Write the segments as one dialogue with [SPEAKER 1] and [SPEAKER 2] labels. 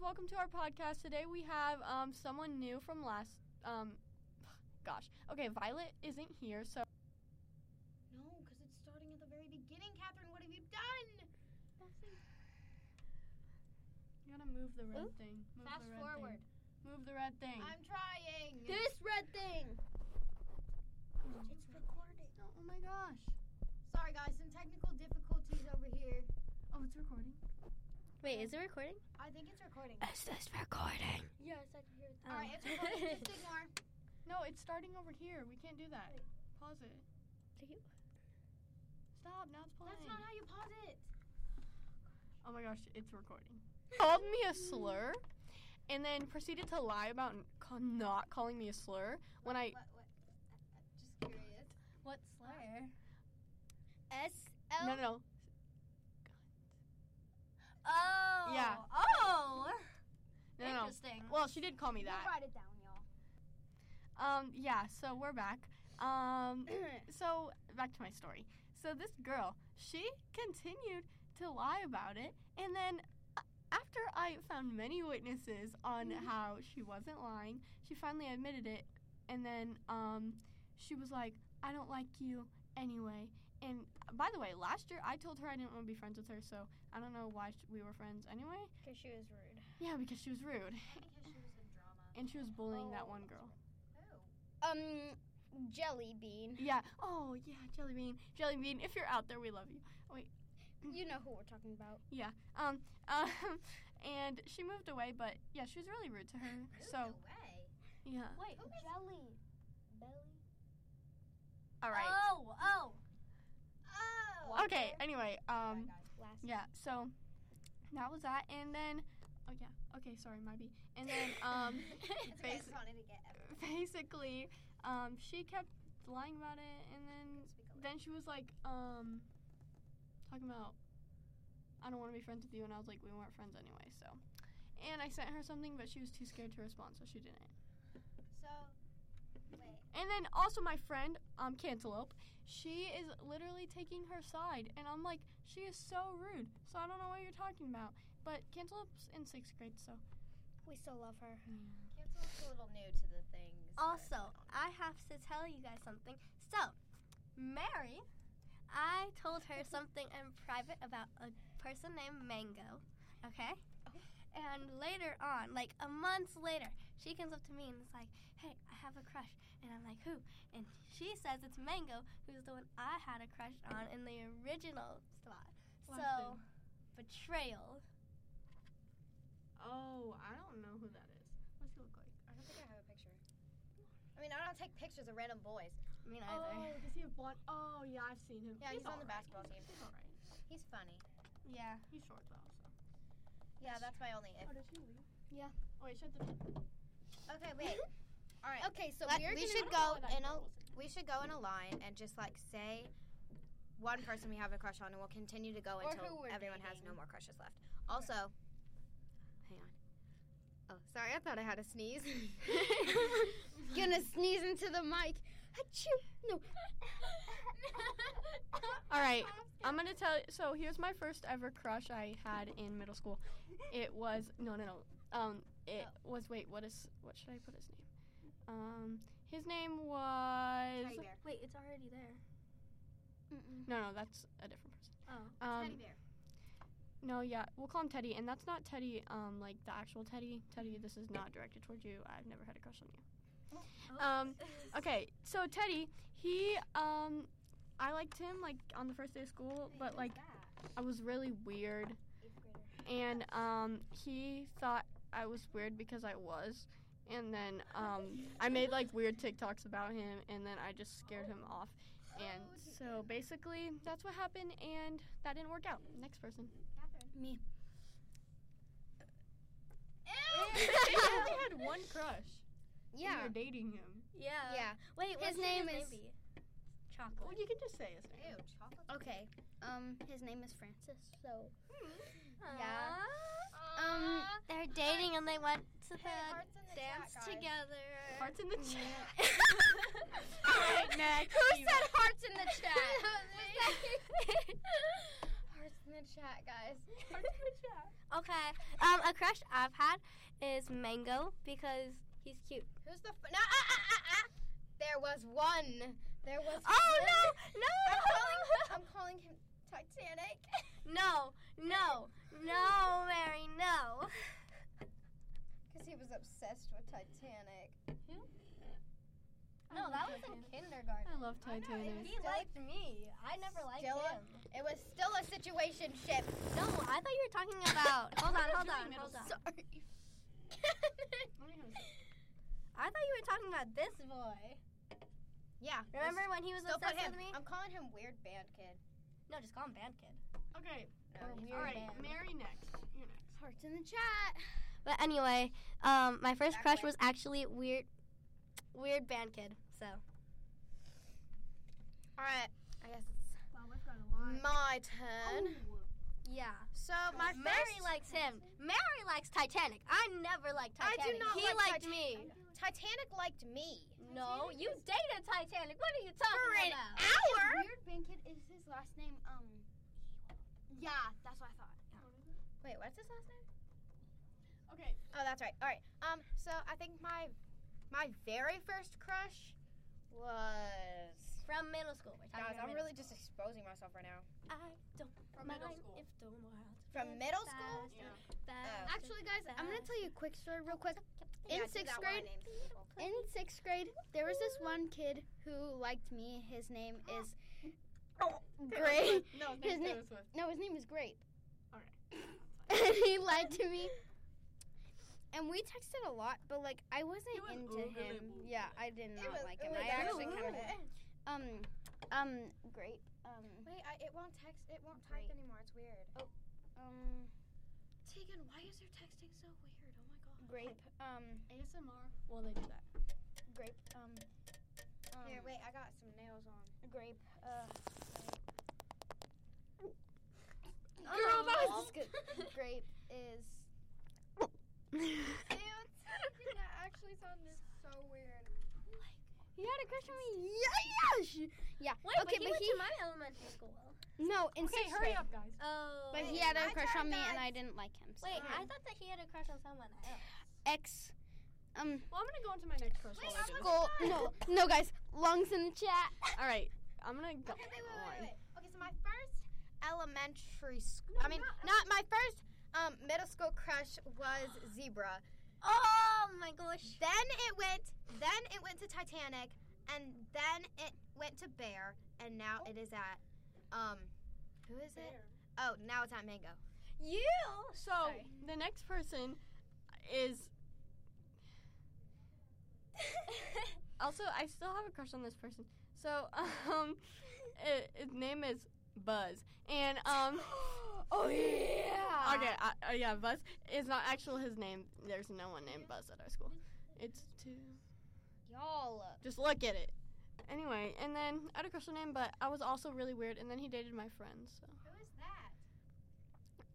[SPEAKER 1] welcome to our podcast. Today we have um, someone new from last. Um, gosh. Okay, Violet isn't here, so
[SPEAKER 2] No, because it's starting at the very beginning, Catherine. What have you done?
[SPEAKER 1] you gotta move the red
[SPEAKER 3] Oop.
[SPEAKER 1] thing. Move
[SPEAKER 2] Fast
[SPEAKER 1] the red
[SPEAKER 2] forward.
[SPEAKER 1] Thing. Move the red thing.
[SPEAKER 2] I'm trying.
[SPEAKER 3] This red thing.
[SPEAKER 2] It's recording.
[SPEAKER 1] oh, oh my gosh.
[SPEAKER 2] Sorry, guys. Some technical difficulties over here.
[SPEAKER 1] Oh, it's recording.
[SPEAKER 3] Wait, is it recording?
[SPEAKER 2] I think it's recording.
[SPEAKER 1] Is this recording?
[SPEAKER 3] Yes, I can hear it.
[SPEAKER 2] All right, it's recording. Just ignore.
[SPEAKER 1] No, it's starting over here. We can't do that.
[SPEAKER 2] Wait.
[SPEAKER 1] Pause it. Stop. Now it's playing.
[SPEAKER 2] That's not how you pause it.
[SPEAKER 1] Oh my gosh, it's recording. Called me a slur, and then proceeded to lie about n- ca- not calling me a slur when I.
[SPEAKER 2] What? What? uh, uh, Just curious.
[SPEAKER 3] What slur? S L.
[SPEAKER 1] No, no, no.
[SPEAKER 3] Oh.
[SPEAKER 1] Yeah.
[SPEAKER 3] Oh.
[SPEAKER 1] No, no, no.
[SPEAKER 3] Interesting.
[SPEAKER 1] Well, she did call me that.
[SPEAKER 2] Write it down, y'all.
[SPEAKER 1] Um, yeah. So we're back. Um, so back to my story. So this girl, she continued to lie about it, and then uh, after I found many witnesses on how she wasn't lying, she finally admitted it, and then um, she was like, "I don't like you." Anyway, and uh, by the way, last year I told her I didn't want to be friends with her, so I don't know why sh- we were friends anyway.
[SPEAKER 3] Because she was rude.
[SPEAKER 1] Yeah, because she was rude
[SPEAKER 2] Because she was in drama.
[SPEAKER 1] and she was bullying that
[SPEAKER 3] Oh,
[SPEAKER 1] one girl.
[SPEAKER 2] Oh.
[SPEAKER 3] Um, jelly bean.
[SPEAKER 1] Yeah. Oh, yeah, Jelly Bean. Jelly Bean, if you're out there, we love you.
[SPEAKER 3] You know who we're talking about.
[SPEAKER 1] Yeah. Um, um and she moved away, but yeah, she was really rude to her. So,
[SPEAKER 2] way.
[SPEAKER 1] yeah.
[SPEAKER 3] Wait,
[SPEAKER 2] Who is-
[SPEAKER 3] jelly belly.
[SPEAKER 1] All right.
[SPEAKER 3] Oh, oh.
[SPEAKER 2] Oh.
[SPEAKER 1] Okay, anyway,
[SPEAKER 2] Sorry,
[SPEAKER 1] um
[SPEAKER 2] guys.
[SPEAKER 3] Last.
[SPEAKER 1] yeah, so that was that and then oh yeah. Okay, sorry, my bee. And then um
[SPEAKER 2] It's okay. I just
[SPEAKER 1] basi-
[SPEAKER 2] wanted to get everyone.
[SPEAKER 1] basically um she kept lying about it and then
[SPEAKER 2] to speak a little.
[SPEAKER 1] then she was like um talking about i don't want to be friends with you and i was like we weren't friends anyway so and i sent her something but she was too scared to respond so she didn't
[SPEAKER 2] So, wait.
[SPEAKER 1] and then also my friend um cantaloupe she is literally taking her side and i'm like she is so rude so i don't know what you're talking about but cantaloupe's in sixth grade so
[SPEAKER 3] We still love her.
[SPEAKER 2] Cancel's a little new to the things. that-
[SPEAKER 3] Also, I have to tell you guys something. So, Mary, I told her something in private about a person named Mango, okay? And later on, like a month later, she comes up to me and is like, hey, I have a crush. And I'm like, who? And she says it's Mango, who's the one I had a crush on in the original slot. So,
[SPEAKER 1] Laughing.
[SPEAKER 3] betrayal.
[SPEAKER 1] oh i don't know who that is what's he look like
[SPEAKER 2] I don't think I have a picture. I mean, I don't take pictures of random boys.
[SPEAKER 3] I mean,
[SPEAKER 1] Oh,
[SPEAKER 3] either.
[SPEAKER 1] does he have blonde? Oh, yeah, I've seen him.
[SPEAKER 2] Yeah, he's on the
[SPEAKER 1] alright.
[SPEAKER 2] basketball team.
[SPEAKER 1] He's all right.
[SPEAKER 2] He's funny.
[SPEAKER 3] Yeah.
[SPEAKER 1] He's short though. So.
[SPEAKER 2] Yeah, that's my only. If.
[SPEAKER 1] did she leave?
[SPEAKER 3] Yeah.
[SPEAKER 1] Oh wait, shut the.
[SPEAKER 2] Okay, wait. All right.
[SPEAKER 4] Okay, so
[SPEAKER 2] Let-
[SPEAKER 4] we're
[SPEAKER 2] we
[SPEAKER 4] gonna,
[SPEAKER 2] should
[SPEAKER 1] I don't
[SPEAKER 2] go
[SPEAKER 1] know why that
[SPEAKER 2] in
[SPEAKER 1] girl
[SPEAKER 2] a
[SPEAKER 1] wasn't
[SPEAKER 2] we should go in a line and just like say one person we have a crush on, and we'll continue to go
[SPEAKER 4] Or who
[SPEAKER 2] until
[SPEAKER 4] we're
[SPEAKER 2] everyone has no
[SPEAKER 4] dating.
[SPEAKER 2] more crushes left. Also, hang on. Oh, sorry, I thought I had a sneeze.
[SPEAKER 4] gonna sneeze into the mic. Achoo! No.
[SPEAKER 1] All right, I'm gonna tell. You, so here's my first ever crush I had in middle school. It was no, no, no. Um, it was wait. What is? What should I put his name? Um, his name was.
[SPEAKER 2] Teddy bear.
[SPEAKER 3] Wait, it's already there.
[SPEAKER 1] No, no, that's a different person.
[SPEAKER 3] Oh.
[SPEAKER 1] Um,
[SPEAKER 2] Teddy bear.
[SPEAKER 1] No, yeah, we'll call him Teddy, and that's not Teddy, um, like the actual Teddy. Teddy, this is not directed towards you. I've never had a crush on you. Um, okay, so Teddy, he, um, I liked him like on the first day of school, but like I was really weird, and um, he thought I was weird because I was, and then um, I made like weird TikToks about him, and then I just scared him off, and so basically that's what happened, and that didn't work out. Next person.
[SPEAKER 3] Me.
[SPEAKER 1] They only had one crush.
[SPEAKER 4] yeah.
[SPEAKER 1] You're dating him.
[SPEAKER 3] Yeah.
[SPEAKER 4] Yeah.
[SPEAKER 3] Wait, what's
[SPEAKER 4] His name is-
[SPEAKER 3] be?
[SPEAKER 1] Well,
[SPEAKER 3] Chocolate.
[SPEAKER 1] you can just say his name.
[SPEAKER 2] Ew, chocolate.
[SPEAKER 4] Okay. Um, his name is Francis. So
[SPEAKER 3] Yeah.
[SPEAKER 4] um,
[SPEAKER 3] They're dating and they went to Ah, the
[SPEAKER 2] hearts in the
[SPEAKER 3] dance
[SPEAKER 2] chat, guys.
[SPEAKER 3] together.
[SPEAKER 1] Hearts in the chat.
[SPEAKER 4] Alright,
[SPEAKER 1] next.
[SPEAKER 4] Who said hearts in the chat? hearts in the chat, guys.
[SPEAKER 3] Okay. Um, a crush I've had is Mango because he's cute.
[SPEAKER 4] Who's the? F- no, ah, ah, ah, ah. There was one. There was.
[SPEAKER 3] Oh no, Um,
[SPEAKER 4] I'm calling,
[SPEAKER 3] no,
[SPEAKER 4] I'm calling him Titanic.
[SPEAKER 3] no, no, no, Mary, no.
[SPEAKER 4] Because he was obsessed with Titanic. Oh,
[SPEAKER 1] I
[SPEAKER 3] No,
[SPEAKER 1] love
[SPEAKER 3] that was in
[SPEAKER 1] Titanic.
[SPEAKER 3] kindergarten.
[SPEAKER 1] I love Titanic.
[SPEAKER 3] He liked me. I never liked
[SPEAKER 4] Still
[SPEAKER 3] him.
[SPEAKER 4] It was still a situation ship.
[SPEAKER 3] No, I thought you were talking about. Hold on, hold on, hold on.
[SPEAKER 4] Sorry.
[SPEAKER 3] I thought you were talking about this boy.
[SPEAKER 4] yeah.
[SPEAKER 3] Remember when he was
[SPEAKER 4] Still put
[SPEAKER 3] obsessed
[SPEAKER 4] him.
[SPEAKER 3] with me?
[SPEAKER 4] I'm calling him Weird Band Kid.
[SPEAKER 3] No, just call him Band Kid.
[SPEAKER 1] Okay.
[SPEAKER 4] No,
[SPEAKER 3] Or
[SPEAKER 4] you-
[SPEAKER 3] weird
[SPEAKER 1] All right.
[SPEAKER 3] band.
[SPEAKER 1] Mary next. You're next.
[SPEAKER 4] Oh, Hearts in the chat.
[SPEAKER 3] But anyway, um, my first
[SPEAKER 4] Back
[SPEAKER 3] crush
[SPEAKER 4] way.
[SPEAKER 3] was actually weird, weird band kid. So
[SPEAKER 4] All right. I guess it's my turn.
[SPEAKER 3] yeah,
[SPEAKER 4] So my
[SPEAKER 3] Mary
[SPEAKER 4] first
[SPEAKER 3] likes him. Mary likes Titanic. I never liked
[SPEAKER 4] I
[SPEAKER 3] Titanic.
[SPEAKER 4] do not
[SPEAKER 3] he
[SPEAKER 4] like
[SPEAKER 3] liked
[SPEAKER 4] Titan-
[SPEAKER 3] me.
[SPEAKER 4] Titanic liked me.
[SPEAKER 3] No, you dated Titanic. What are you
[SPEAKER 4] For
[SPEAKER 3] talking
[SPEAKER 4] an
[SPEAKER 3] about?
[SPEAKER 4] hour.
[SPEAKER 5] Weird Band Kid is his last name. Um, yeah, that's what I thought.
[SPEAKER 4] Wait, what's his last name?
[SPEAKER 1] Okay.
[SPEAKER 4] Oh, that's right. All right. Um. So I think my my very first crush was
[SPEAKER 3] From middle school, we're talking
[SPEAKER 4] Guys,
[SPEAKER 3] about
[SPEAKER 4] I'm
[SPEAKER 3] middle
[SPEAKER 4] really just exposing myself right now.
[SPEAKER 3] school. I don't
[SPEAKER 1] From
[SPEAKER 3] mind
[SPEAKER 1] middle school.
[SPEAKER 3] if the world
[SPEAKER 4] From
[SPEAKER 3] goes
[SPEAKER 4] middle
[SPEAKER 3] faster,
[SPEAKER 4] school?
[SPEAKER 1] Yeah.
[SPEAKER 3] faster,
[SPEAKER 4] Actually,
[SPEAKER 5] guys, I'm gonna tell you a quick story real quick.
[SPEAKER 4] Yeah,
[SPEAKER 5] In
[SPEAKER 4] do
[SPEAKER 5] sixth
[SPEAKER 4] that while I
[SPEAKER 5] grade-
[SPEAKER 4] name some people.
[SPEAKER 5] In sixth grade, there was this one kid who liked me. His name is Gray.
[SPEAKER 1] No,
[SPEAKER 5] His
[SPEAKER 1] next
[SPEAKER 5] name-
[SPEAKER 1] Taylor Swift.
[SPEAKER 5] No, his name is Grape.
[SPEAKER 1] All
[SPEAKER 5] and he lied to me. And we texted a lot, but like I wasn't
[SPEAKER 1] He was
[SPEAKER 5] into
[SPEAKER 1] overly
[SPEAKER 5] him.
[SPEAKER 1] bullied.
[SPEAKER 5] Yeah, I did
[SPEAKER 4] It
[SPEAKER 5] not
[SPEAKER 4] was-
[SPEAKER 5] like
[SPEAKER 4] it
[SPEAKER 5] him.
[SPEAKER 4] was
[SPEAKER 5] I actually kind of
[SPEAKER 4] actually-
[SPEAKER 5] um um Grape um
[SPEAKER 4] Wait, I, it won't text. It won't type
[SPEAKER 5] Great.
[SPEAKER 4] anymore. It's weird.
[SPEAKER 5] um
[SPEAKER 4] Tegan, why is her texting so weird? Oh my god.
[SPEAKER 5] Grape um
[SPEAKER 1] ASMR. Well, they do that.
[SPEAKER 5] Grape um. um
[SPEAKER 4] Here, wait. I got some nails on.
[SPEAKER 5] grape. Uh,
[SPEAKER 3] Oh,
[SPEAKER 1] Girl, that was
[SPEAKER 5] good. grape is.
[SPEAKER 4] Ew, Tegan, that actually sounded so weird.
[SPEAKER 5] You had a crush on me? Yeah, yeah.
[SPEAKER 3] Wait,
[SPEAKER 5] okay,
[SPEAKER 3] but he
[SPEAKER 5] but
[SPEAKER 3] went
[SPEAKER 5] he-
[SPEAKER 3] to my elementary school.
[SPEAKER 5] No, in
[SPEAKER 1] Okay,
[SPEAKER 5] sixth
[SPEAKER 1] hurry
[SPEAKER 5] grade.
[SPEAKER 1] up, guys.
[SPEAKER 3] Oh.
[SPEAKER 5] But he
[SPEAKER 4] Wait,
[SPEAKER 5] had a
[SPEAKER 4] my
[SPEAKER 5] crush
[SPEAKER 4] turn,
[SPEAKER 5] on me, and I
[SPEAKER 4] guys.
[SPEAKER 5] didn't like him. So.
[SPEAKER 3] Wait, I
[SPEAKER 1] Um,
[SPEAKER 3] thought that he had a crush on someone else.
[SPEAKER 5] Ex. Um.
[SPEAKER 1] Well, I'm gonna go into my next crush. while I do this.
[SPEAKER 5] Goal. No, no, guys. Lungs in the chat.
[SPEAKER 1] All right. I'm gonna go.
[SPEAKER 4] Okay, wait, wait,
[SPEAKER 1] on.
[SPEAKER 4] wait, wait. Okay, so my first elementary school. I mean, not, my first um, middle school crush was Zebra.
[SPEAKER 3] Oh my gosh.
[SPEAKER 4] Then it went. Then it went to Titanic, and then it went to Bear, and now
[SPEAKER 5] Oh.
[SPEAKER 4] it is at, um, who is it? Oh, now it's at Mango.
[SPEAKER 3] You?
[SPEAKER 1] So the next person is also I still have a crush on this person. So um, i his name is Buzz, and um,
[SPEAKER 4] oh yeah.
[SPEAKER 1] okay, I, uh, yeah, Buzz is not actual his name. There's no one named Buzz at our school. It's two.
[SPEAKER 4] Y'all.
[SPEAKER 1] Just look at it. Anyway, and then I had a crush on him, but I was also really weird. And then he dated my friend. So
[SPEAKER 4] Who is that?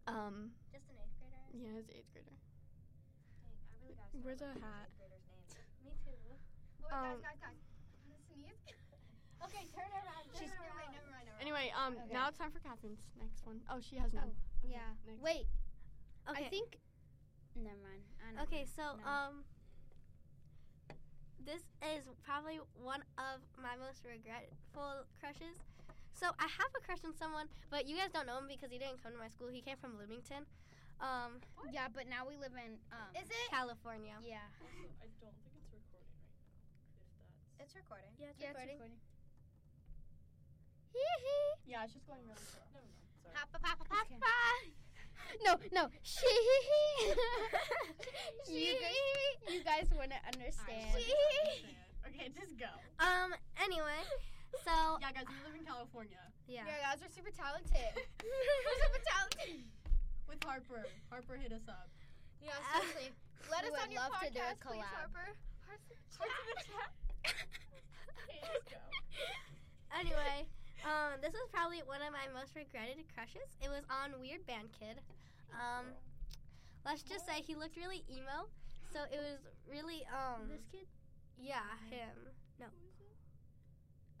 [SPEAKER 1] um,
[SPEAKER 3] Just an eighth grader.
[SPEAKER 1] yeah, he's eighth grader.
[SPEAKER 4] Dang, I really gotta stop
[SPEAKER 1] Where's
[SPEAKER 4] looking
[SPEAKER 1] her hat?
[SPEAKER 4] at eighth graders' names.
[SPEAKER 3] Me too.
[SPEAKER 4] Oh, wait,
[SPEAKER 1] Um,
[SPEAKER 4] guys, guys, guys. I'm gonna sneeze.
[SPEAKER 3] Okay, turn around. Turn
[SPEAKER 4] She's never
[SPEAKER 3] around.
[SPEAKER 4] mind, never mind, never mind.
[SPEAKER 1] Anyway, um,
[SPEAKER 5] Okay.
[SPEAKER 1] now it's time for Catherine's next one. Oh, she has none. Okay,
[SPEAKER 5] yeah.
[SPEAKER 1] next.
[SPEAKER 5] Wait.
[SPEAKER 3] Okay.
[SPEAKER 5] I think. Never mind. I don't
[SPEAKER 3] Okay, so
[SPEAKER 5] know. No.
[SPEAKER 3] um, this is probably one of my most regretful crushes. So I have a crush on someone, but you guys don't know him because he didn't come to my school. He came from Bloomington, um,
[SPEAKER 5] Yeah, but now we live in. Um,
[SPEAKER 4] Is it?
[SPEAKER 3] California.
[SPEAKER 5] yeah.
[SPEAKER 6] I don't think it's recording right now. If that's
[SPEAKER 4] It's recording.
[SPEAKER 3] Yeah, it's
[SPEAKER 5] Yeah, it's
[SPEAKER 3] recording.
[SPEAKER 5] recording.
[SPEAKER 1] Yeah, it's just going really slow.
[SPEAKER 6] never mind. Sorry.
[SPEAKER 4] Papa, papa,
[SPEAKER 5] It's okay.
[SPEAKER 4] papa.
[SPEAKER 5] No, no. She. you, guys, you guys wouldn't understand.
[SPEAKER 1] Okay, just go.
[SPEAKER 3] Um. Anyway, so
[SPEAKER 1] Yeah, guys, we live in California
[SPEAKER 3] yeah.
[SPEAKER 4] Yeah, guys, we're super talented. we're super talented.
[SPEAKER 1] with Harper. Harper hit us up.
[SPEAKER 4] Yeah,
[SPEAKER 3] Uh,
[SPEAKER 4] seriously. Let
[SPEAKER 5] we
[SPEAKER 4] us
[SPEAKER 5] would
[SPEAKER 4] on your
[SPEAKER 5] love to do a
[SPEAKER 4] podcast, please,
[SPEAKER 5] collab.
[SPEAKER 4] Harper.
[SPEAKER 3] Anyway, um, this is probably one of my most regretted crushes. It was on Weird Band Kid. Um, let's just say he looked really emo, so it was really um.
[SPEAKER 5] This kid.
[SPEAKER 3] Yeah, him.
[SPEAKER 5] Oh.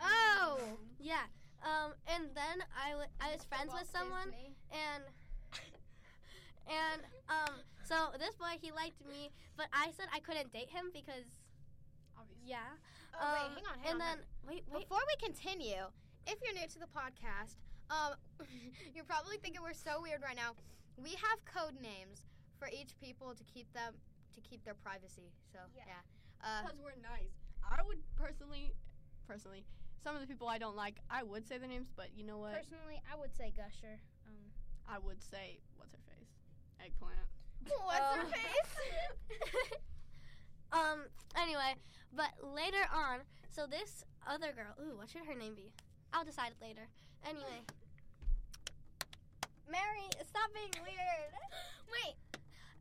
[SPEAKER 4] Oh,
[SPEAKER 3] Yeah. Um, and then I wa- I was friends with someone,
[SPEAKER 4] Disney.
[SPEAKER 3] and and um, so this boy he liked me, but I said I couldn't date him because
[SPEAKER 6] Obviously.
[SPEAKER 3] yeah.
[SPEAKER 4] Oh,
[SPEAKER 3] um,
[SPEAKER 4] wait, hang on, hang
[SPEAKER 3] and
[SPEAKER 4] on.
[SPEAKER 3] then wait, wait.
[SPEAKER 4] Before we continue, if you're new to the podcast, um, you're probably thinking we're so weird right now. We have code names for each people to keep them to keep their privacy. So yeah,
[SPEAKER 5] Yeah.
[SPEAKER 4] Uh,
[SPEAKER 1] Because we're nice. I would personally, personally, some of the people I don't like, I would say their names, but you know what?
[SPEAKER 5] Personally, I would say Gusher. Um,
[SPEAKER 1] I would say what's her face, eggplant.
[SPEAKER 4] what's
[SPEAKER 3] Oh.
[SPEAKER 4] her face?
[SPEAKER 3] Um. Anyway, but later on, so this other girl. Ooh, what should her name be? I'll decide it later. Anyway. Mary, stop being weird. Wait.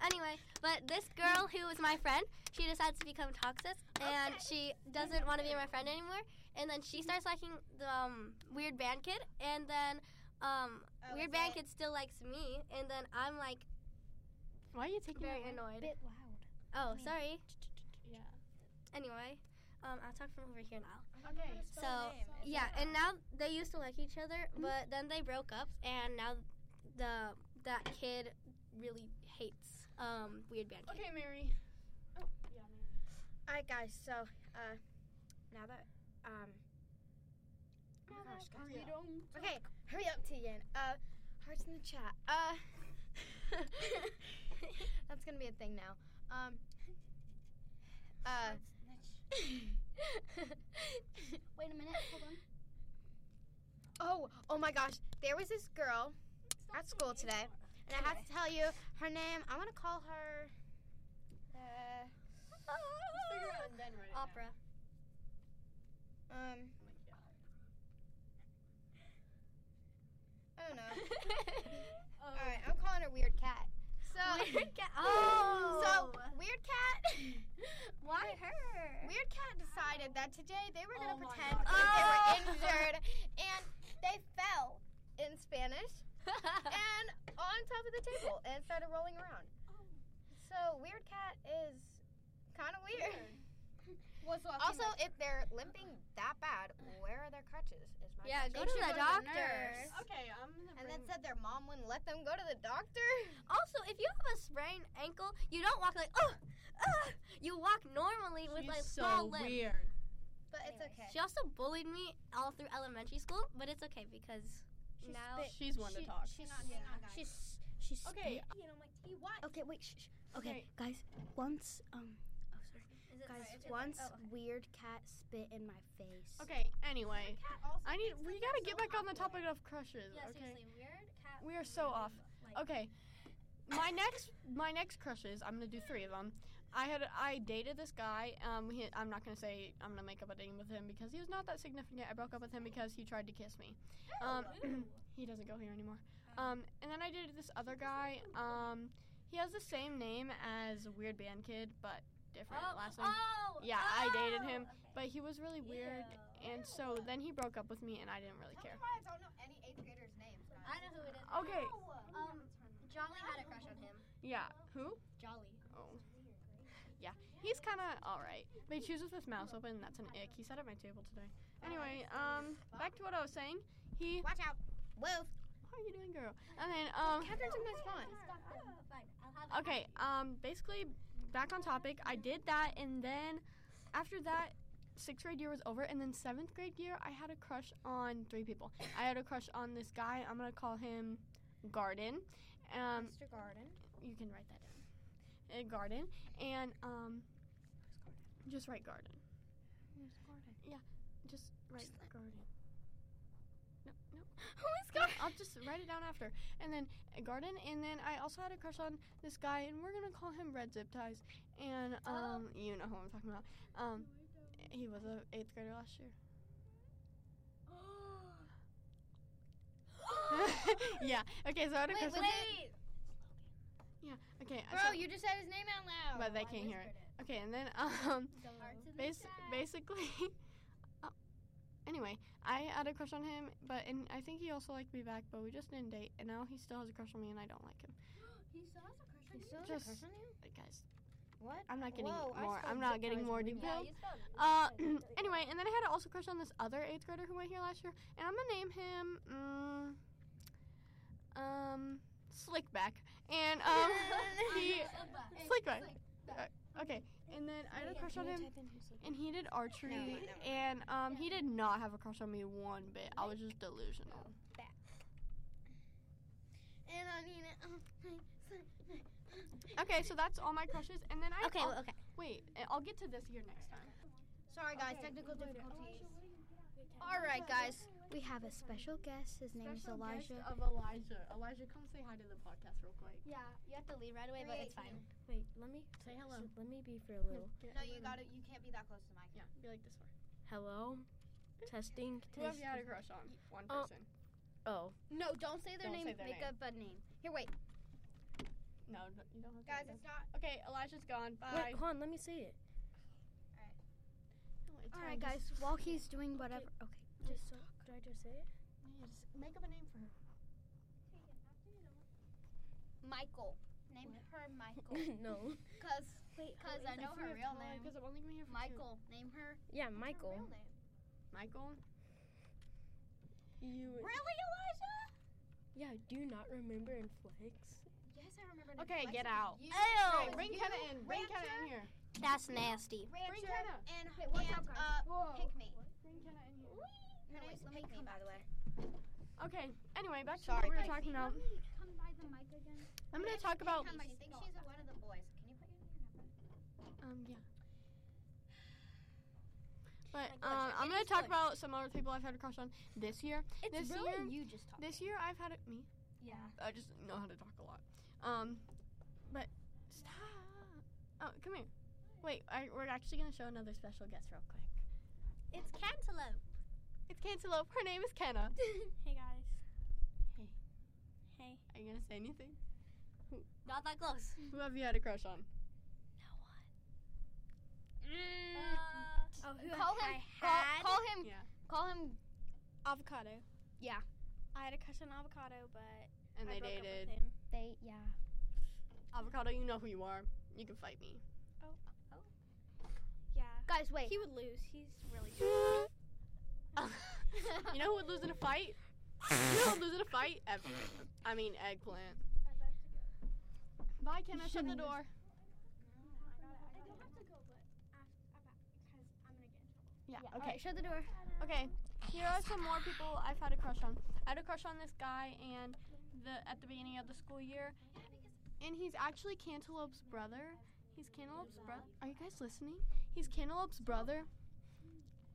[SPEAKER 3] Anyway, but this girl who is my friend, she decides to become toxic, and she doesn't want to be my friend anymore. And then she starts liking the um, weird band kid, and then um,
[SPEAKER 4] Oh,
[SPEAKER 3] weird
[SPEAKER 4] is
[SPEAKER 3] band
[SPEAKER 4] it-
[SPEAKER 3] kid still likes me, and then I'm like
[SPEAKER 1] Why are you taking
[SPEAKER 3] very
[SPEAKER 1] that away?
[SPEAKER 5] a
[SPEAKER 3] annoyed.
[SPEAKER 5] bit loud.
[SPEAKER 3] Oh, sorry.
[SPEAKER 1] Yeah.
[SPEAKER 3] Anyway, um, I'll talk from over here now.
[SPEAKER 4] Okay,
[SPEAKER 3] So yeah, and now they used to like each other, but then they broke up, and now the that kid really hates um weird band kid.
[SPEAKER 1] Okay, Mary.
[SPEAKER 4] All right, guys. So uh, now that um, oh my gosh, guys. Okay, hurry up, Tegan. Uh, hearts in the chat. Uh, that's gonna be a thing now. Um, uh,
[SPEAKER 5] Wait a minute. Hold on.
[SPEAKER 4] oh, oh my gosh, there was this girl at school today, and I have to tell you her name. I'm gonna call her. Uh,
[SPEAKER 3] Opera.
[SPEAKER 4] um, I don't know. All right, I'm calling her Weird Cat. So.
[SPEAKER 3] oh.
[SPEAKER 4] So, Weird Cat,
[SPEAKER 3] why her?
[SPEAKER 4] Weird Cat decided that today they were gonna
[SPEAKER 1] Oh my
[SPEAKER 4] pretend
[SPEAKER 1] God.
[SPEAKER 4] that they were
[SPEAKER 3] Oh.
[SPEAKER 4] injured, and they fell in Spanish and on top of the table and started rolling around.
[SPEAKER 3] Oh.
[SPEAKER 4] So, Weird Cat is kind of weird. Also, if they're limping that bad, where are their crutches? Is my
[SPEAKER 3] yeah,
[SPEAKER 4] question.
[SPEAKER 3] go to
[SPEAKER 5] should go to
[SPEAKER 3] the
[SPEAKER 5] the
[SPEAKER 3] doctor.
[SPEAKER 5] nurse.
[SPEAKER 1] Okay, I'm gonna
[SPEAKER 4] And
[SPEAKER 1] bring.
[SPEAKER 4] then said their mom wouldn't let them go to the doctor.
[SPEAKER 3] Also, if you have a sprained ankle, you don't walk like oh, ah." you walk normally with like
[SPEAKER 1] She's
[SPEAKER 3] small
[SPEAKER 1] so
[SPEAKER 3] limb.
[SPEAKER 1] weird.
[SPEAKER 4] But it's okay.
[SPEAKER 3] She also bullied me all through elementary school, but it's okay because now
[SPEAKER 5] spit-
[SPEAKER 1] She's one to
[SPEAKER 5] she-
[SPEAKER 1] talk.
[SPEAKER 5] She's,
[SPEAKER 4] Hang on, guys.
[SPEAKER 5] she's, she's
[SPEAKER 1] Okay.
[SPEAKER 5] Okay, wait. Shh, shh. Okay,
[SPEAKER 1] Okay.
[SPEAKER 5] guys. Once, um, oh sorry,
[SPEAKER 3] Is it-
[SPEAKER 5] guys.
[SPEAKER 3] sorry, it's-
[SPEAKER 5] once
[SPEAKER 3] oh, okay.
[SPEAKER 5] weird cat spit in my face.
[SPEAKER 1] Okay. Anyway,
[SPEAKER 4] Cat also
[SPEAKER 1] I need.
[SPEAKER 4] thinks that
[SPEAKER 1] We
[SPEAKER 4] they're
[SPEAKER 1] gotta
[SPEAKER 4] so
[SPEAKER 1] get back on the
[SPEAKER 4] awkward.
[SPEAKER 1] topic of crushes.
[SPEAKER 3] Yeah,
[SPEAKER 1] okay.
[SPEAKER 3] seriously, weird cat.
[SPEAKER 1] We are so off. Okay. My next my next crushes, I'm gonna do three of them. I had I dated this guy. Um, he, I'm not gonna say I'm gonna make up a name with him because he was not that significant. I broke up with him because he tried to kiss me.
[SPEAKER 3] Oh,
[SPEAKER 1] Um, he doesn't go here anymore. Um, and then I dated this other guy. Um, he has the same name as Weird Band Kid, but different
[SPEAKER 3] Oh,
[SPEAKER 1] last name.
[SPEAKER 3] oh,
[SPEAKER 1] Yeah, I dated
[SPEAKER 3] oh,
[SPEAKER 1] him,
[SPEAKER 3] okay.
[SPEAKER 1] But he was really weird, and so then he broke up with me, and I didn't really care.
[SPEAKER 4] Tell me why I don't know any eighth graders' names. guys.
[SPEAKER 3] I know who it is.
[SPEAKER 1] Okay.
[SPEAKER 3] Um, Jolly had a crush on him.
[SPEAKER 1] Yeah. Who?
[SPEAKER 3] Jolly.
[SPEAKER 1] Oh. Yeah, he's kind of all right. But he chews with his mouth open, and that's an ick. He sat at my table today. Anyway, um, back to what I was saying. He,
[SPEAKER 4] Watch out. Wolf.
[SPEAKER 1] how are you doing, girl? And then, um,
[SPEAKER 4] Catherine's in my spawn.
[SPEAKER 3] Fine, I'll have it.
[SPEAKER 1] okay, um, basically, back on topic. I did that, and then after that, sixth grade year was over, and then seventh grade year, I had a crush on three people. I had a crush on this guy. I'm gonna call him Garden. Um,
[SPEAKER 4] Mr. Garden.
[SPEAKER 1] you can write that down. A garden and um, just write garden. Yeah, just write garden. No, no. Who is garden? I'll just write it down after. And then a garden, and then I also had a crush on this guy, and we're gonna call him Red Zip Ties. And
[SPEAKER 4] Oh.
[SPEAKER 1] um, you know who I'm talking about. Um, he was a eighth grader last year. yeah. Okay. So I had a
[SPEAKER 4] Wait,
[SPEAKER 1] crush
[SPEAKER 4] was
[SPEAKER 1] on.
[SPEAKER 4] it?
[SPEAKER 1] Okay. I saw-
[SPEAKER 4] Bro, you just said his name out loud.
[SPEAKER 1] but they can't hear it. Okay, and then um, bas- basically, uh, anyway, I had a crush on him, but and I think he also liked me back, but we just didn't date, and now he still has a crush on me, and I don't like him.
[SPEAKER 4] You still
[SPEAKER 1] have a Just-
[SPEAKER 4] crush
[SPEAKER 1] crush
[SPEAKER 4] on you?
[SPEAKER 1] But guys,
[SPEAKER 4] What?
[SPEAKER 1] I'm not getting
[SPEAKER 4] Whoa, I
[SPEAKER 1] more.
[SPEAKER 4] spelled
[SPEAKER 1] I'm not
[SPEAKER 4] zip
[SPEAKER 1] getting
[SPEAKER 4] ties
[SPEAKER 1] more
[SPEAKER 4] really
[SPEAKER 1] detailed. Uh, anyway, and then I had also crush on this other eighth grader who went here last year, and I'm gonna name him. Mm, um, Slickback, and um, he Slickback. Uh, Okay, and then I had a crush on him, and he did archery, and um, he did not have a crush on me one bit. I was just delusional.
[SPEAKER 5] And I mean, um,
[SPEAKER 1] Okay, so that's all my crushes, and then I
[SPEAKER 3] Okay,
[SPEAKER 1] I'll-
[SPEAKER 3] okay.
[SPEAKER 1] wait. I'll get to this year next time.
[SPEAKER 4] Sorry, guys, technical difficulties.
[SPEAKER 5] all right, guys. We have a special guest. His name is Elijah.
[SPEAKER 1] of Elijah. Elijah, come say hi to the podcast real quick.
[SPEAKER 3] Yeah, you have to leave right away, but it's fine.
[SPEAKER 7] Wait, let me
[SPEAKER 1] Say hello.
[SPEAKER 7] let me be for a little.
[SPEAKER 4] No, you gotta. You can't be that close to Mike.
[SPEAKER 1] Yeah, be like this far.
[SPEAKER 7] Hello, testing.
[SPEAKER 1] Who have you had a crush
[SPEAKER 7] testing.
[SPEAKER 1] on? One
[SPEAKER 7] Oh.
[SPEAKER 1] person.
[SPEAKER 7] Oh,
[SPEAKER 5] No, don't say
[SPEAKER 1] Don't say their
[SPEAKER 5] Make
[SPEAKER 1] name.
[SPEAKER 5] up a name.
[SPEAKER 1] No, no, you don't have to.
[SPEAKER 4] Guys, it's not.
[SPEAKER 1] okay, Elijah's gone. Bye.
[SPEAKER 7] wait, hold on. Let me say it.
[SPEAKER 1] No, it's
[SPEAKER 5] All
[SPEAKER 1] fine,
[SPEAKER 5] right,
[SPEAKER 1] just-
[SPEAKER 5] guys. While he's doing whatever. Okay.
[SPEAKER 7] Just so, do I just say it?
[SPEAKER 1] yeah, just make up a name for her.
[SPEAKER 4] Michael. Name her Michael.
[SPEAKER 7] no.
[SPEAKER 4] Cause,
[SPEAKER 1] oh,
[SPEAKER 7] Wait,
[SPEAKER 4] cause I know her real name.
[SPEAKER 1] Because I've only been here for two.
[SPEAKER 4] Michael. Name her.
[SPEAKER 7] Yeah, Michael.
[SPEAKER 4] Real name.
[SPEAKER 1] Michael. You.
[SPEAKER 4] Really, Elijah?
[SPEAKER 7] Yeah, do you not remember in Flex?
[SPEAKER 4] Yes, I remember.
[SPEAKER 1] Okay, get out.
[SPEAKER 4] You,
[SPEAKER 3] Ew!
[SPEAKER 1] Bring
[SPEAKER 4] You
[SPEAKER 1] Kenna in. Bring Kenna in here.
[SPEAKER 3] That's nasty.
[SPEAKER 1] Bring
[SPEAKER 4] Rancher
[SPEAKER 1] Kenna.
[SPEAKER 4] and and uh, pick me.
[SPEAKER 1] Bring Kenna in here.
[SPEAKER 4] Her name's
[SPEAKER 5] let me
[SPEAKER 4] Pick Me, by the way.
[SPEAKER 1] Okay. Anyway, back to
[SPEAKER 4] Sorry,
[SPEAKER 1] what we were
[SPEAKER 4] guys.
[SPEAKER 1] talking about.
[SPEAKER 5] Come by the mic again.
[SPEAKER 1] I'm gonna talk about.
[SPEAKER 4] Come, I think she's one of the boys. Can you put your
[SPEAKER 1] Um.
[SPEAKER 4] number?
[SPEAKER 1] Yeah. But
[SPEAKER 3] My gosh,
[SPEAKER 1] um,
[SPEAKER 3] you're
[SPEAKER 1] I'm gonna
[SPEAKER 3] getting
[SPEAKER 1] talk
[SPEAKER 3] good.
[SPEAKER 1] about some other people I've had a crush on this year. This year-
[SPEAKER 3] you just talking.
[SPEAKER 1] This year I've had it me.
[SPEAKER 3] Yeah.
[SPEAKER 1] I just know how to talk a lot. Um, but stop. Oh, come here. Wait, I, we're actually gonna show another special guest real quick.
[SPEAKER 3] It's cantaloupe.
[SPEAKER 1] It's Cantaloupe. Her name is Kenna.
[SPEAKER 3] hey guys.
[SPEAKER 1] Hey.
[SPEAKER 3] Hey.
[SPEAKER 1] Are you gonna say anything?
[SPEAKER 3] Not that close.
[SPEAKER 1] Who have you had a crush on?
[SPEAKER 3] Uh, oh, who
[SPEAKER 5] Call
[SPEAKER 3] I
[SPEAKER 5] him. Call,
[SPEAKER 3] had?
[SPEAKER 5] call him.
[SPEAKER 1] Yeah.
[SPEAKER 5] Call him.
[SPEAKER 3] avocado.
[SPEAKER 5] Yeah.
[SPEAKER 3] I had a crush on avocado, but
[SPEAKER 1] And
[SPEAKER 3] I
[SPEAKER 1] they
[SPEAKER 3] broke
[SPEAKER 1] dated.
[SPEAKER 3] up with him.
[SPEAKER 5] They. Yeah.
[SPEAKER 1] Avocado, you know who you are. You can fight me.
[SPEAKER 3] Yeah.
[SPEAKER 5] Guys, wait.
[SPEAKER 3] He would lose. He's really good.
[SPEAKER 1] you know who would lose in a fight? You know who would lose in a fight? Ev- I mean, eggplant. Bye, Kenna. Shut the door.
[SPEAKER 3] uh,
[SPEAKER 1] Yeah, okay.
[SPEAKER 5] Alright, shut the door.
[SPEAKER 1] Okay, here are some more people I've had a crush on. I had a crush on this guy, and the at the beginning of the school year, and he's actually Cantaloupe's brother. He's Cantaloupe's brother. Are you guys listening? He's Cantaloupe's brother.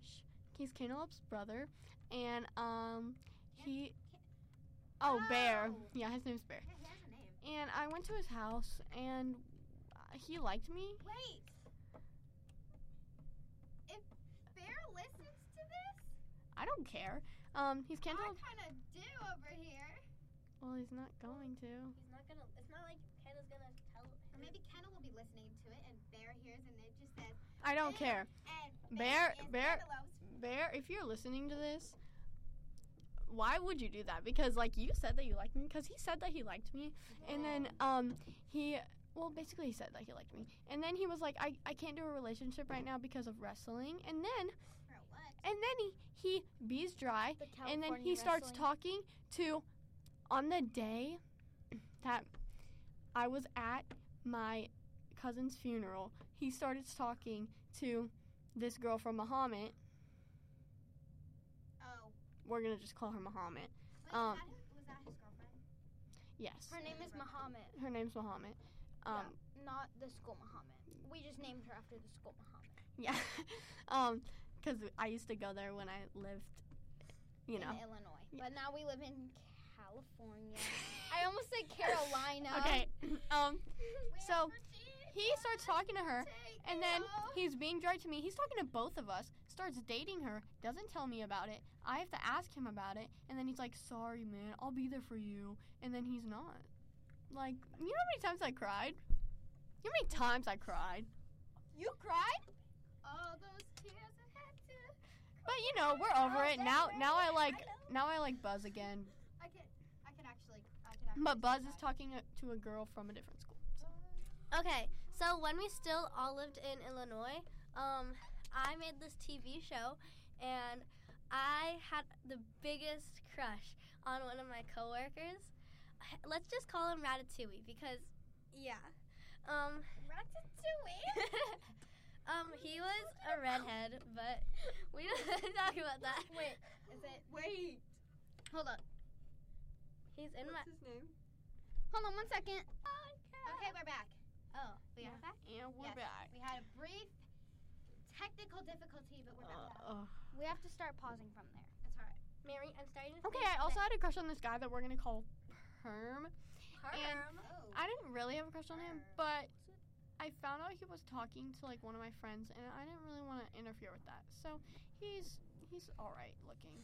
[SPEAKER 1] Shh. He's Cantaloupe's brother, and um, he. Oh, Bear. Yeah, his name's Bear.
[SPEAKER 4] Yeah, he has a name.
[SPEAKER 1] And I went to his house, and uh, he liked me.
[SPEAKER 4] Wait. If Bear listens to this,
[SPEAKER 1] I don't care. Um, he's Cantaloupe.
[SPEAKER 4] I kind of do over here.
[SPEAKER 1] Well, he's not going to.
[SPEAKER 3] He's not gonna. It's not like Hannah's gonna tell him.
[SPEAKER 4] Or maybe Kenna will be listening to it, and Bear hears, and it just says,
[SPEAKER 1] I don't care.
[SPEAKER 4] "And
[SPEAKER 1] Bear-
[SPEAKER 4] is
[SPEAKER 1] Bear-
[SPEAKER 4] Cantaloupe's
[SPEAKER 1] Bear, if you're listening to this, why would you do that? Because like you said that you liked me, because he said that he liked me, and then um he well basically he said that he liked me, and then he was like I I can't do a relationship right now because of wrestling, and then
[SPEAKER 4] for what?"
[SPEAKER 1] and then he he bees dry,
[SPEAKER 5] The
[SPEAKER 1] and then
[SPEAKER 5] California
[SPEAKER 1] he starts
[SPEAKER 5] wrestling.
[SPEAKER 1] talking to on the day that I was at my cousin's funeral, he started talking to this girl from Muhammad
[SPEAKER 4] Oh,
[SPEAKER 1] we're gonna just call her Muhammad.
[SPEAKER 4] wait,
[SPEAKER 1] Um,
[SPEAKER 4] was, that his, was that his girlfriend?
[SPEAKER 1] Yes,
[SPEAKER 5] Her name is Muhammad,
[SPEAKER 1] her name's Muhammad. Um,
[SPEAKER 5] not the school Muhammad. We just named her after the school Muhammad.
[SPEAKER 1] yeah, Um 'cause I used to go there when I lived, you know.
[SPEAKER 5] In Illinois,
[SPEAKER 1] Yeah.
[SPEAKER 5] but now we live in California. I almost said Carolina.
[SPEAKER 1] Okay, um,
[SPEAKER 4] Wait,
[SPEAKER 1] so
[SPEAKER 4] Virginia,
[SPEAKER 1] he starts talking to her,
[SPEAKER 4] take
[SPEAKER 1] and
[SPEAKER 4] me
[SPEAKER 1] then
[SPEAKER 4] home.
[SPEAKER 1] he's being drive to me. He's talking to both of us. Starts dating her. Doesn't tell me about it. I have to ask him about it, and then he's like, "Sorry, man, I'll be there for you," and then he's not. Like, you know how many times I cried? You know how many times I cried?
[SPEAKER 5] You cried?
[SPEAKER 4] all those tears I had to.
[SPEAKER 1] But you know, we're over it now. Now Oh, I like, now I like Buzz again.
[SPEAKER 4] I can, I can actually, I can actually.
[SPEAKER 1] But Buzz
[SPEAKER 4] say
[SPEAKER 1] is
[SPEAKER 4] that.
[SPEAKER 1] talking to a girl from a different school.
[SPEAKER 3] Okay, so when we still all lived in Illinois, um, I made this TV show, and I had the biggest crush on one of my coworkers. let's just call him Ratatouille because, yeah. Um,
[SPEAKER 4] Ratatouille.
[SPEAKER 3] um, he was a redhead, but we don't talk about that.
[SPEAKER 4] Wait, is it?
[SPEAKER 6] Wait.
[SPEAKER 5] Hold on.
[SPEAKER 3] He's in my.
[SPEAKER 6] What's his name?
[SPEAKER 5] Hold on one second.
[SPEAKER 4] Okay, we're back.
[SPEAKER 3] Oh,
[SPEAKER 4] We are back.
[SPEAKER 1] And we're
[SPEAKER 4] Yes.
[SPEAKER 1] back.
[SPEAKER 4] We had a brief technical difficulty, but we're back.
[SPEAKER 1] Uh,
[SPEAKER 5] We have to start pausing from there.
[SPEAKER 4] It's all right.
[SPEAKER 3] Mary, I'm starting to.
[SPEAKER 1] okay,
[SPEAKER 3] think
[SPEAKER 1] I also
[SPEAKER 3] that
[SPEAKER 1] had a crush on this guy that we're gonna call Perm.
[SPEAKER 3] Herm-
[SPEAKER 4] Oh.
[SPEAKER 1] I didn't really have a crush on him,
[SPEAKER 4] Perm.
[SPEAKER 1] but I found out he was talking to like one of my friends, and I didn't really want to interfere with that. So he's he's all right looking.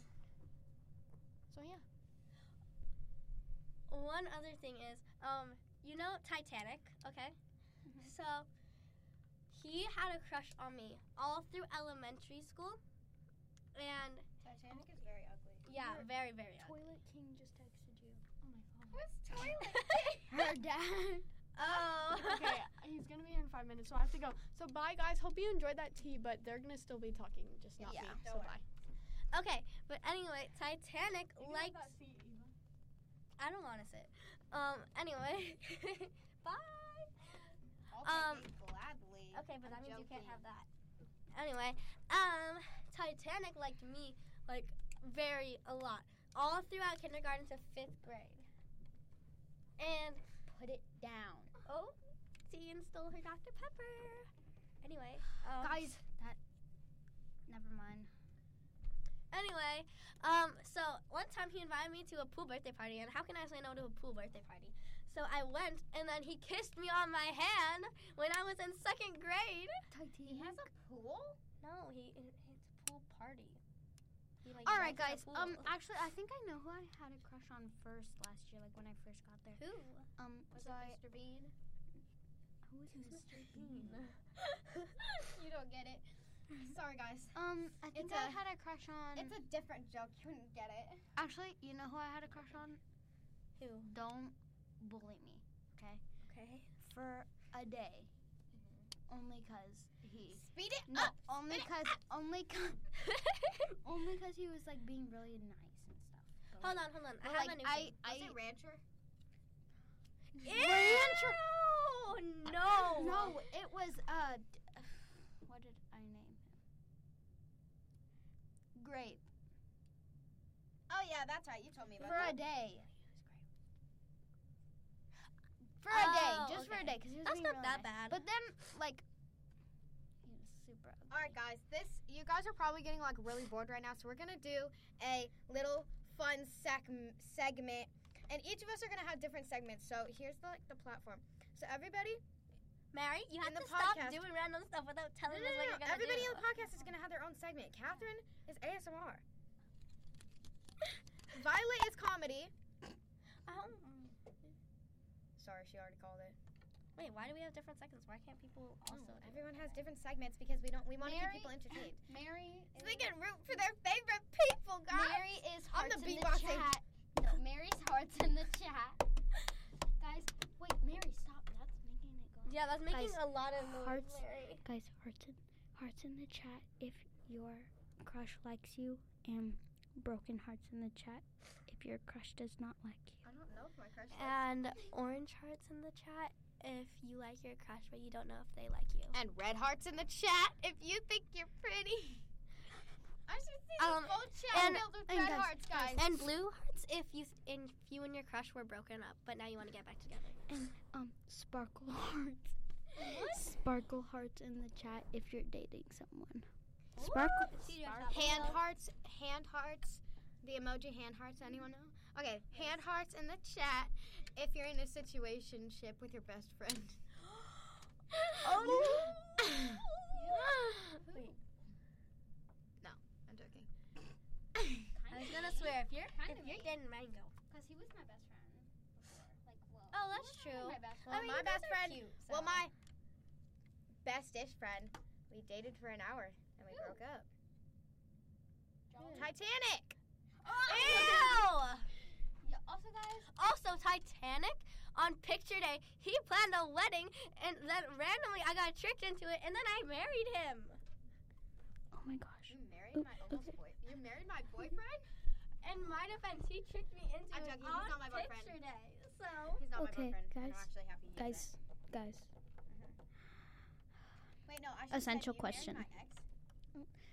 [SPEAKER 1] So yeah.
[SPEAKER 3] One other thing is, um, you know Titanic, okay?
[SPEAKER 4] Mm-hmm.
[SPEAKER 3] so he had a crush on me all through elementary school, and
[SPEAKER 4] Titanic is very ugly.
[SPEAKER 3] yeah, very very. ugly.
[SPEAKER 7] Toilet King just texted you.
[SPEAKER 4] Where's toilet?
[SPEAKER 5] Her dad.
[SPEAKER 3] oh.
[SPEAKER 1] Okay, he's gonna be here in five minutes, so I have to go. So bye, guys. Hope you enjoyed that tea, but they're gonna still be talking, just not
[SPEAKER 3] Yeah,
[SPEAKER 1] me.
[SPEAKER 4] don't
[SPEAKER 1] So
[SPEAKER 4] worry.
[SPEAKER 1] bye.
[SPEAKER 3] okay, but anyway, Titanic likes. I don't want to sit. Um. Anyway. Bye. Um,
[SPEAKER 4] I'll take it gladly.
[SPEAKER 3] Okay, but that
[SPEAKER 4] I'm
[SPEAKER 3] means you can't
[SPEAKER 4] joking.
[SPEAKER 3] have that. Anyway, um, Titanic liked me like very a lot, all throughout kindergarten to fifth grade. And
[SPEAKER 5] Put it down.
[SPEAKER 3] oh, Dean stole her Dr. Pepper. Anyway, um,
[SPEAKER 5] Guys, that. Never mind.
[SPEAKER 3] Anyway, um, so one time he invited me to a pool birthday party, and how can I say no to a pool birthday party? So I went, and then he kissed me on my hand when I was in second grade.
[SPEAKER 4] He has a pool.
[SPEAKER 3] No, he it's a pool party. He, like,
[SPEAKER 5] All right, guys.
[SPEAKER 3] rented a
[SPEAKER 5] Um,
[SPEAKER 3] pool.
[SPEAKER 5] actually, I think I know who I had a crush on first last year, like when I first got there.
[SPEAKER 3] Who?
[SPEAKER 5] Um,
[SPEAKER 4] Was
[SPEAKER 5] so
[SPEAKER 4] it
[SPEAKER 5] I,
[SPEAKER 4] Mr. Bean?
[SPEAKER 5] who was Mr. Bean?
[SPEAKER 4] You don't get it. Sorry, guys.
[SPEAKER 5] Um, I think
[SPEAKER 4] It's a-
[SPEAKER 5] I had a crush on.
[SPEAKER 4] It's a different joke. You wouldn't get it.
[SPEAKER 5] actually, you know who I had a crush on?
[SPEAKER 3] Who?
[SPEAKER 5] Don't bully me, okay?
[SPEAKER 3] Okay.
[SPEAKER 5] For a day. Only 'cause he.
[SPEAKER 4] Speed it
[SPEAKER 5] No,
[SPEAKER 4] up.
[SPEAKER 5] only
[SPEAKER 4] spit it
[SPEAKER 5] 'cause only 'cause only 'cause he was like being really nice and stuff.
[SPEAKER 3] hold on, hold on. I
[SPEAKER 5] But,
[SPEAKER 3] have
[SPEAKER 5] like,
[SPEAKER 3] a new
[SPEAKER 5] I,
[SPEAKER 3] thing.
[SPEAKER 5] I,
[SPEAKER 4] Was it Rancher?
[SPEAKER 3] Ew! No.
[SPEAKER 5] no, it was uh, d- what did I name him? Grape
[SPEAKER 4] Oh yeah, that's right. You told me about
[SPEAKER 5] for a
[SPEAKER 4] that.
[SPEAKER 5] day. For a day,
[SPEAKER 3] Oh,
[SPEAKER 5] just for a
[SPEAKER 3] okay.
[SPEAKER 5] day, 'cause he was
[SPEAKER 3] That's
[SPEAKER 5] being
[SPEAKER 3] not that
[SPEAKER 5] really nice.
[SPEAKER 3] bad.
[SPEAKER 5] But then, like, he was super. Ugly.
[SPEAKER 4] All right, guys. This you guys are probably getting like really bored right now, so we're gonna do a little fun sec- segment, and each of us are gonna have different segments. So here's the like the platform. So everybody,
[SPEAKER 3] Mary, you have
[SPEAKER 4] In
[SPEAKER 3] to
[SPEAKER 4] the
[SPEAKER 3] stop
[SPEAKER 4] podcast-
[SPEAKER 3] doing random stuff without
[SPEAKER 4] no,
[SPEAKER 3] telling us
[SPEAKER 4] no, no,
[SPEAKER 3] what
[SPEAKER 4] no,
[SPEAKER 3] you're gonna
[SPEAKER 4] everybody
[SPEAKER 3] do.
[SPEAKER 4] on the podcast is gonna have their own segment. Catherine is ASMR. Violet is comedy.
[SPEAKER 3] Um,
[SPEAKER 4] Sorry, she already called it.
[SPEAKER 3] wait, why do we have different seconds? Why can't people also? do
[SPEAKER 4] Everyone has different segments because we don't. We want to keep
[SPEAKER 5] Mary-
[SPEAKER 4] people entertained.
[SPEAKER 5] Mary.
[SPEAKER 4] So
[SPEAKER 5] Is,
[SPEAKER 4] they can root for their favorite people, guys.
[SPEAKER 5] Mary is
[SPEAKER 4] I'm
[SPEAKER 5] hearts
[SPEAKER 4] the
[SPEAKER 5] in the
[SPEAKER 4] beatboxing.
[SPEAKER 5] chat. No, Mary's hearts in the chat. Guys, wait, Mary, stop. That's making it go.
[SPEAKER 3] yeah, that's making
[SPEAKER 5] Guys,
[SPEAKER 3] a lot of noise.
[SPEAKER 5] hearts-
[SPEAKER 3] Mary.
[SPEAKER 5] Guys, hearts in, hearts in the chat if your crush likes you, and broken hearts in the chat if your crush does not like you.
[SPEAKER 4] I don't know if my crush.
[SPEAKER 3] And orange hearts in the chat if you like your crush, but you don't know if they like you.
[SPEAKER 4] And red hearts in the chat if you think you're pretty. I should see
[SPEAKER 3] Um,
[SPEAKER 4] this whole chat
[SPEAKER 3] and-
[SPEAKER 4] filled with
[SPEAKER 5] and
[SPEAKER 4] red
[SPEAKER 5] guys,
[SPEAKER 4] hearts, guys.
[SPEAKER 3] And blue hearts if you and if you and your crush were broken up, but now you want to get back together.
[SPEAKER 5] Um, sparkle hearts. Sparkle hearts in the chat if you're dating someone. Sparkle.
[SPEAKER 4] hand hearts, hand hearts, the emoji hand hearts. Anyone know? Okay, hand hearts in the chat if you're in a situationship with your best friend.
[SPEAKER 3] Oh,
[SPEAKER 4] I'm joking.
[SPEAKER 3] I was gonna swear if you're if you're getting mango.
[SPEAKER 5] Because he was my best friend before. Like, well,
[SPEAKER 3] Oh, that's true.
[SPEAKER 5] my best
[SPEAKER 4] Well, my
[SPEAKER 5] friend.
[SPEAKER 3] you guys
[SPEAKER 4] best
[SPEAKER 3] are
[SPEAKER 4] friend-
[SPEAKER 3] cute,
[SPEAKER 4] Well,
[SPEAKER 3] so-
[SPEAKER 4] my best-ish friend, we dated for an hour and we broke up. Titanic.
[SPEAKER 3] Ew.
[SPEAKER 5] Yeah, also, guys,
[SPEAKER 3] Also, Titanic on picture day, he planned a wedding, and then randomly I got tricked into it, and then I married him.
[SPEAKER 5] oh my gosh.
[SPEAKER 4] You married my almost boy. You married my boyfriend.
[SPEAKER 3] In my defense, he tricked me into
[SPEAKER 4] I'm
[SPEAKER 3] it
[SPEAKER 4] joking, he's
[SPEAKER 3] on
[SPEAKER 4] not my boyfriend.
[SPEAKER 3] picture days. So,
[SPEAKER 4] He's not my
[SPEAKER 5] Okay,
[SPEAKER 4] boyfriend. and I'm
[SPEAKER 5] guys.
[SPEAKER 4] actually happy he's
[SPEAKER 5] Guys, guys.
[SPEAKER 4] there. Wait, no. I should have said
[SPEAKER 5] essential
[SPEAKER 4] you married
[SPEAKER 5] question.
[SPEAKER 4] my ex.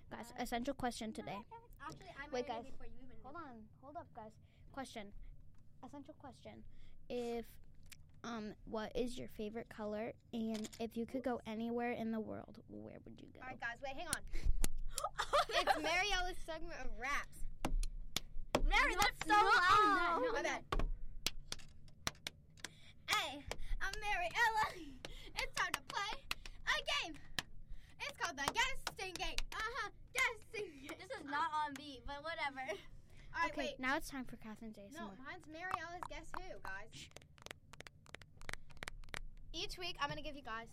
[SPEAKER 5] Guys, essential question today.
[SPEAKER 3] actually, I married
[SPEAKER 5] Wait, guys.
[SPEAKER 3] you before you even.
[SPEAKER 5] Hold on. Hold up, guys. Question. Essential question. If um what is your favorite color and if you could go anywhere in the world, where would you
[SPEAKER 4] All
[SPEAKER 5] go?
[SPEAKER 4] right, guys. Wait, hang on. it's Mary Ellis' segment of raps.
[SPEAKER 3] Mary, that's so
[SPEAKER 4] No,
[SPEAKER 3] loud.
[SPEAKER 4] my bad. Hey, I'm Mary Ella. It's time to play a game. It's called the guessing game. Uh huh. Guessing game.
[SPEAKER 3] This is not on beat, but whatever.
[SPEAKER 4] All right,
[SPEAKER 5] okay,
[SPEAKER 4] wait.
[SPEAKER 5] now it's time for Catherine's
[SPEAKER 4] No,
[SPEAKER 5] ASMR.
[SPEAKER 4] mine's Mary Alice Guess Who, guys. Each week, I'm going to give you guys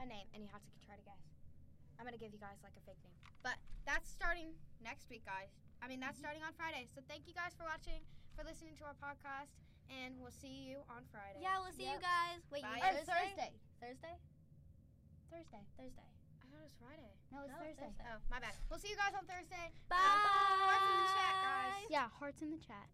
[SPEAKER 4] a name, and you have to try to guess. I'm going to give you guys like a fake name. But that's starting next week, guys. I mean, that's starting on Friday. So thank you guys for watching, for listening to our podcast, and we'll see you on Friday.
[SPEAKER 3] Yeah, we'll see you
[SPEAKER 4] Yep.
[SPEAKER 3] guys. Wait,
[SPEAKER 4] Bye.
[SPEAKER 3] you
[SPEAKER 4] Or
[SPEAKER 3] guys
[SPEAKER 4] Thursday.
[SPEAKER 3] Thursday?
[SPEAKER 5] Oh, Thursday.
[SPEAKER 3] Thursday.
[SPEAKER 4] I thought it was Friday.
[SPEAKER 5] No, it's
[SPEAKER 3] No,
[SPEAKER 5] Thursday.
[SPEAKER 3] Thursday.
[SPEAKER 4] Oh, my bad. We'll see you guys on Thursday.
[SPEAKER 3] Bye.
[SPEAKER 4] Hearts in the chat, guys.
[SPEAKER 5] Yeah, hearts in the chat.